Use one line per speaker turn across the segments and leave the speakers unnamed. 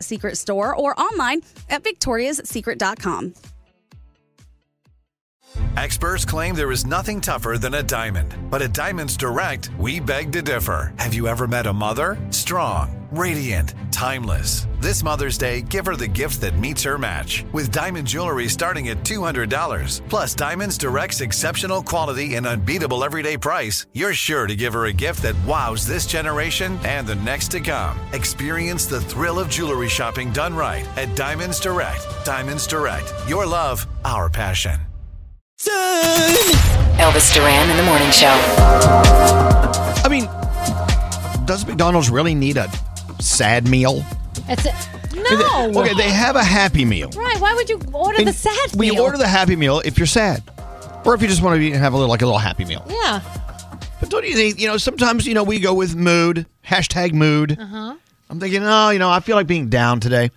Secret store or online at victoriassecret.com.
Experts claim there is nothing tougher than a diamond, but at Diamonds Direct, we beg to differ. Have you ever met a mother? Strong, radiant, timeless. This Mother's Day, give her the gift that meets her match. With diamond jewelry starting at $200, plus Diamonds Direct's exceptional quality and unbeatable everyday price, you're sure to give her a gift that wows this generation and the next to come. Experience the thrill of jewelry shopping done right at Diamonds Direct. Diamonds Direct, your love, our passion.
Elvis Duran in the morning show.
I mean, does McDonald's really need a sad meal?
That's it. No.
Okay, they have a happy meal.
Right. Why would you order the
And
sad
we
meal?
order the happy meal if you're sad, or if you just want to be, have a little like a little happy meal.
Yeah.
But don't you think? You know, sometimes you know we go with mood hashtag mood.
Uh-huh.
I'm thinking, oh, you know, I feel like being down today.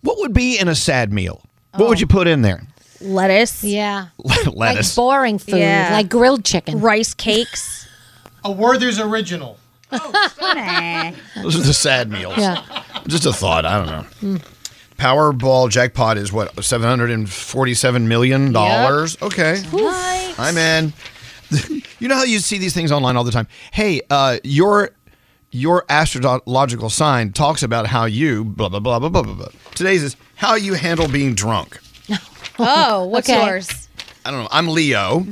What would be in a sad meal? What
Oh.
would you put in there?
Lettuce,
Yeah. Like
Lettuce.
boring food,
Yeah.
like grilled chicken.
rice cakes.
A Werther's original.
Those are the sad meals.
Yeah. Hmm.
Just a thought. I don't know. Powerball jackpot is what seven hundred and forty-seven million dollars. Okay, I'm in. you know how you see these things online all the time. Hey, uh, your your astrological sign talks about how you blah blah blah blah blah blah. blah. Today's is how you handle being drunk.
Oh, what's
Okay.
yours?
I don't know. I'm Leo.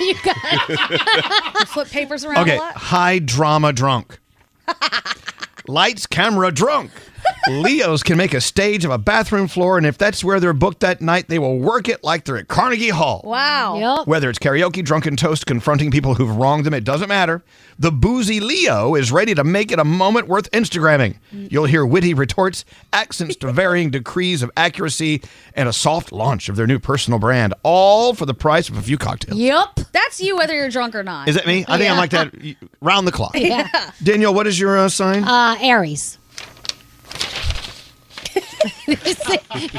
you got
You flip papers around
Okay,
a lot?
high drama drunk. Lights, camera drunk. Leos can make a stage of a bathroom floor, and if that's where they're booked that night, they will work it like they're at Carnegie Hall.
Wow.
Yep.
Whether it's karaoke, drunken toast, confronting people who've wronged them, it doesn't matter. The boozy Leo is ready to make it a moment worth Instagramming. You'll hear witty retorts, accents to varying degrees of accuracy, and a soft launch of their new personal brand, all for the price of a few cocktails.
Yep.
That's you whether you're drunk or not.
Is that me? I think I'm like that y- round the clock. Danielle, what is your uh, sign?
Uh, Aries.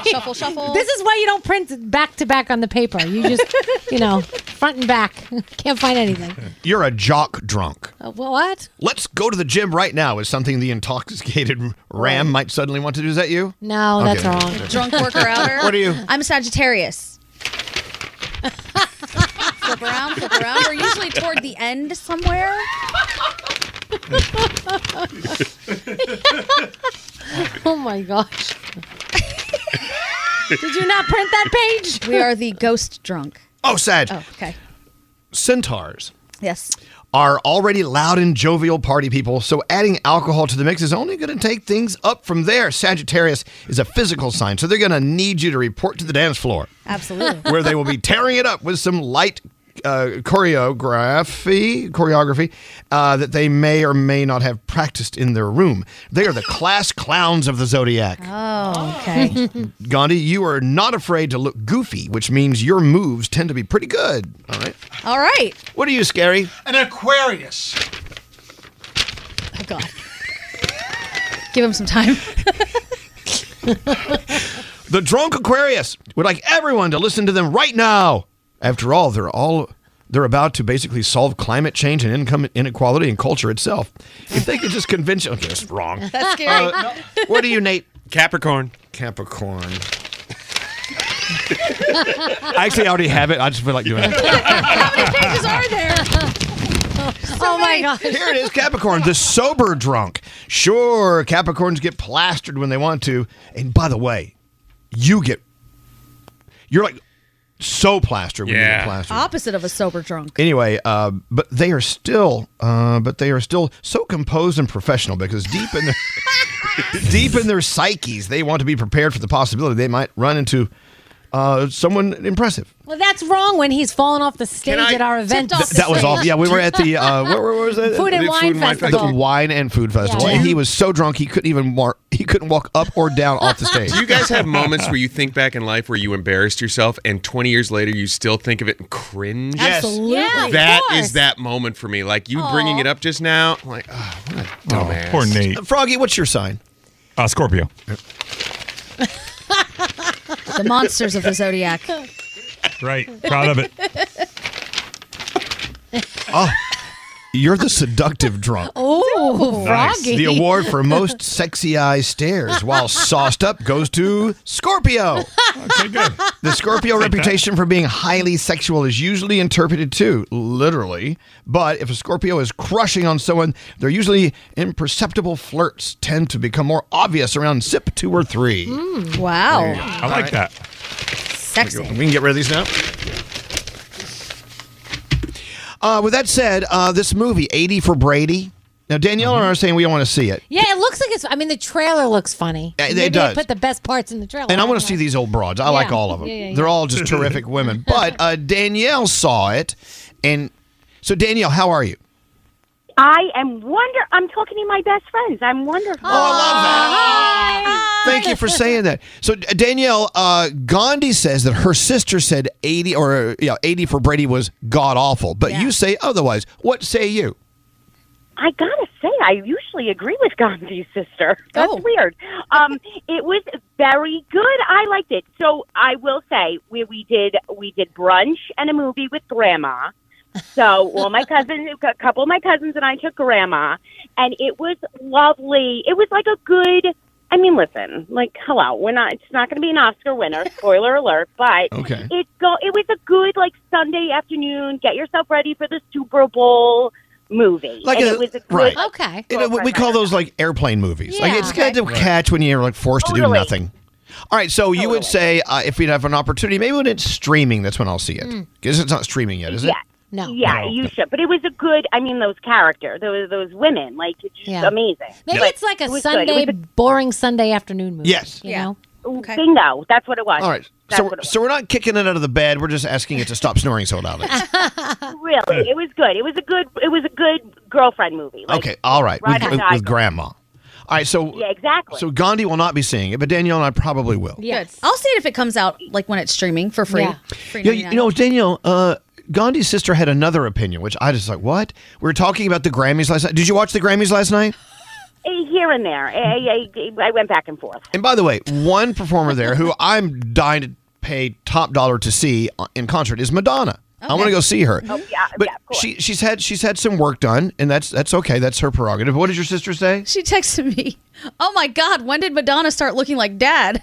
shuffle, shuffle.
This is why you don't print back to back on the paper. You just, you know, front and back. Can't find anything.
You're a jock drunk.
Uh, what?
Let's go to the gym right now is something the intoxicated ram might suddenly want to do. Is that you?
No,
Okay.
that's wrong.
drunk worker outer.
What are you?
I'm Sagittarius. flip around, flip around. We're usually toward the end somewhere.
Oh my gosh. Did you not print that page?
We are the ghost drunk.
Oh, Sag.
Okay.
Centaurs
Yes.
are already loud and jovial party people, so adding alcohol to the mix is only going to take things up from there. Sagittarius is a physical sign, so they're going to need you to report to the dance floor,
Absolutely.
where they will be tearing it up with some light. Uh, choreography, choreography uh, that they may or may not have practiced in their room. They are the class clowns of the zodiac.
Oh, Okay.
Gandhi, you are not afraid to look goofy, which means your moves tend to be pretty good. All right.
All right.
What are you, Scary?
An Aquarius.
Oh, God. Give him some time.
The drunk Aquarius would like everyone to listen to them right now. After all, they're all they're about to basically solve climate change and income inequality and culture itself. If they could just convince you, okay, it's wrong. Uh,
That's scary.
What are you, Nate?
Capricorn.
Capricorn.
I actually already have it. I just feel like doing it.
How many pages are there?
oh my gosh.
Here it is, Capricorn, the sober drunk. Sure, Capricorns get plastered when they want to, and by the way, you get you're like so plastered when you
Yeah.
get plastered.
Opposite of a sober drunk.
anyway, uh, but they are still, uh, but they are still so composed and professional because deep in their deep in their psyches, they want to be prepared for the possibility they might run into uh, someone impressive.
Well, that's wrong when he's fallen off the stage
I-
at our event.
Tipped off
That was all. Yeah, we were at the uh, where, where was it?
Food and
Food
Wine
and Wine
the
Festival.
wine and food festival,
Yeah.
and he was so drunk he couldn't even walk. He couldn't walk up or down off the stage.
Do you guys have moments where you think back in life where you embarrassed yourself and 20 years later you still think of it and cringe?
Absolutely.
Yeah, of
That
course.
is that moment for me. Like you bringing it up just now, I'm like, oh, what a dumbass.
Poor Nate.
Froggy, what's your sign?
Uh, Scorpio.
The monsters of the zodiac.
Right. Proud of it.
You're the seductive drunk.
Oh,
Nice.
froggy.
The award for most sexy eye stares while sauced up goes to Scorpio.
Okay, good.
The Scorpio reputation for being highly sexual is usually interpreted too, literally. But if a Scorpio is crushing on someone, their usually imperceptible flirts tend to become more obvious around sip two or three.
Wow.
I like that.
Sexy.
We can get rid of these now. Uh, with that said, uh, this movie, 80 for Brady. Now, Danielle and I are saying we don't want to see it.
Yeah, it looks like it's. I mean, the trailer looks funny.
Uh,
Maybe
it
they
does.
put the best parts in the trailer.
And I
don't
want
know.
to see these old broads. I like
Yeah.
all of them.
Yeah, yeah, yeah.
They're all just terrific women. But uh, Danielle saw it, and so Danielle, how are you?
I am wonder. I'm talking to my best friends. I'm wonderful.
Oh, I love that. Thank you for saying that. So D- Danielle, uh, Gandhi says that her sister said eighty or uh, yeah eighty for Brady was god awful, but you say otherwise. What say you?
I gotta say, I usually agree with Gandhi's sister. That's
Oh.
weird. Um, it was very good. I liked it. So I will say, we we did we did brunch and a movie with Grandma. So, well, my cousin, a couple of my cousins, and I took Grandma, and it was lovely. It was like a good. I mean, listen, like, hello, we're not. It's not going to be an Oscar winner. Spoiler alert, but
Okay.
it go. It was a good like Sunday afternoon. Get yourself ready for the Super Bowl movie.
Like
and
a-
it was a good,
right.
Okay.
It- we call those like airplane movies. like
Yeah.
it's good to catch when you're like forced to do
Totally.
nothing. All right, so you would say uh, if we'd have an opportunity, maybe when it's streaming, that's when I'll see it. Because it's not streaming yet, is it?
Mm. Yeah.
No.
Yeah, you should. But it was a good. I mean, those character, those those women, like it's just
Yeah.
amazing.
Maybe
But
it's like
it
a
was good.
Sunday,
It was
boring Sunday afternoon movie.
Yes.
You
Yeah.
know?
a- Bingo. That's what it was.
All right.
That's
So,
what it
so we're not kicking it out of the bed. We're just asking it to stop snoring so loudly.
Uh.
was. really, it was good. It was a good. It was a good girlfriend movie. Like,
Okay. All right.
Right
with,
on
with- with
time.
grandma. All right. So,
Yeah, exactly.
so Gandhi will not be seeing it, but Danielle and I probably will.
Yes.
I'll see it if it comes out like when it's streaming for free.
Yeah.
Free
Yeah, you,
99.
you know, Danielle, uh, Gandhi's sister had another opinion, which I just like, what? We were talking about the Grammys last night. Did you watch the Grammys last night?
Eh, Here and there, I, I, I went back and forth.
And by the way, one performer there who I'm dying to pay top dollar to see in concert is Madonna. I want to go see her. Oh,
yeah,
but
yeah, of course.
she she's had she's had some work done, and that's that's okay. That's her prerogative. What does your sister say?
She texted me, Oh my God, when did Madonna start looking like dad?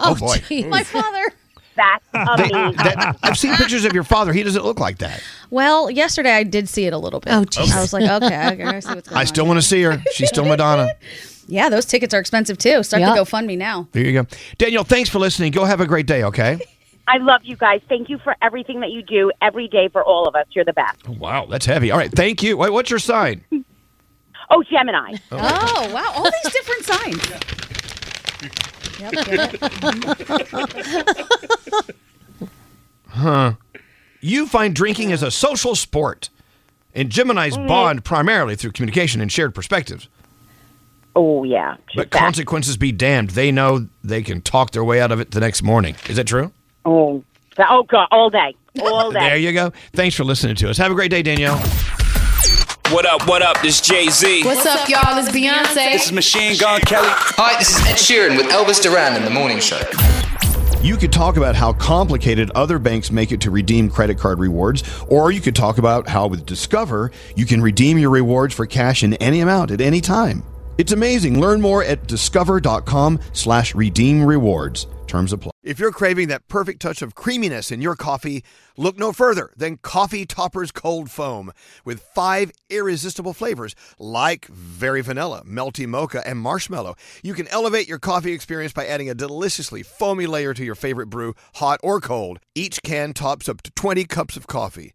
Oh, boy.
geez.
My father.
That's amazing.
That- I've seen pictures of your father. He doesn't look like that.
Well, yesterday I did see it a little bit.
Oh, jeez.
I was like, okay, okay, I see what's going
I
on.
still want to see her. She's still Madonna.
yeah, those tickets are expensive too. Start
Yeah.
to GoFundMe now.
There you go. Daniel, thanks for listening. Go have a great day, okay?
I love you guys. Thank you for everything that you do every day for all of us. You're the best.
Oh, wow, that's heavy. All right, thank you. Wait, what's your sign?
Oh, Gemini.
Oh, wow. All these different signs.
You find drinking as a social sport and Gemini's bond primarily through communication and shared perspectives.
Oh yeah. She's
But
back.
consequences be damned. They know they can talk their way out of it the next morning. Is that true?
oh, oh God, all day.
all day.
There you go. Thanks for listening to us. Have a great day, Danielle.
What up, what up? This Jay Z.
What's up, y'all? It's Beyonce.
This is Machine Gun Kelly.
Hi, this is Ed Sheeran with Elvis Duran in the morning show.
You could talk about how complicated other banks make it to redeem credit card rewards, or you could talk about how with Discover, you can redeem your rewards for cash in any amount at any time. It's amazing. Learn more at discover.com slash redeem rewards. Terms apply. If you're craving that perfect touch of creaminess in your coffee, look no further than Coffee Topper's Cold Foam with five irresistible flavors like very vanilla, melty mocha, and marshmallow. You can elevate your coffee experience by adding a deliciously foamy layer to your favorite brew, hot or cold. Each can tops up to 20 cups of coffee.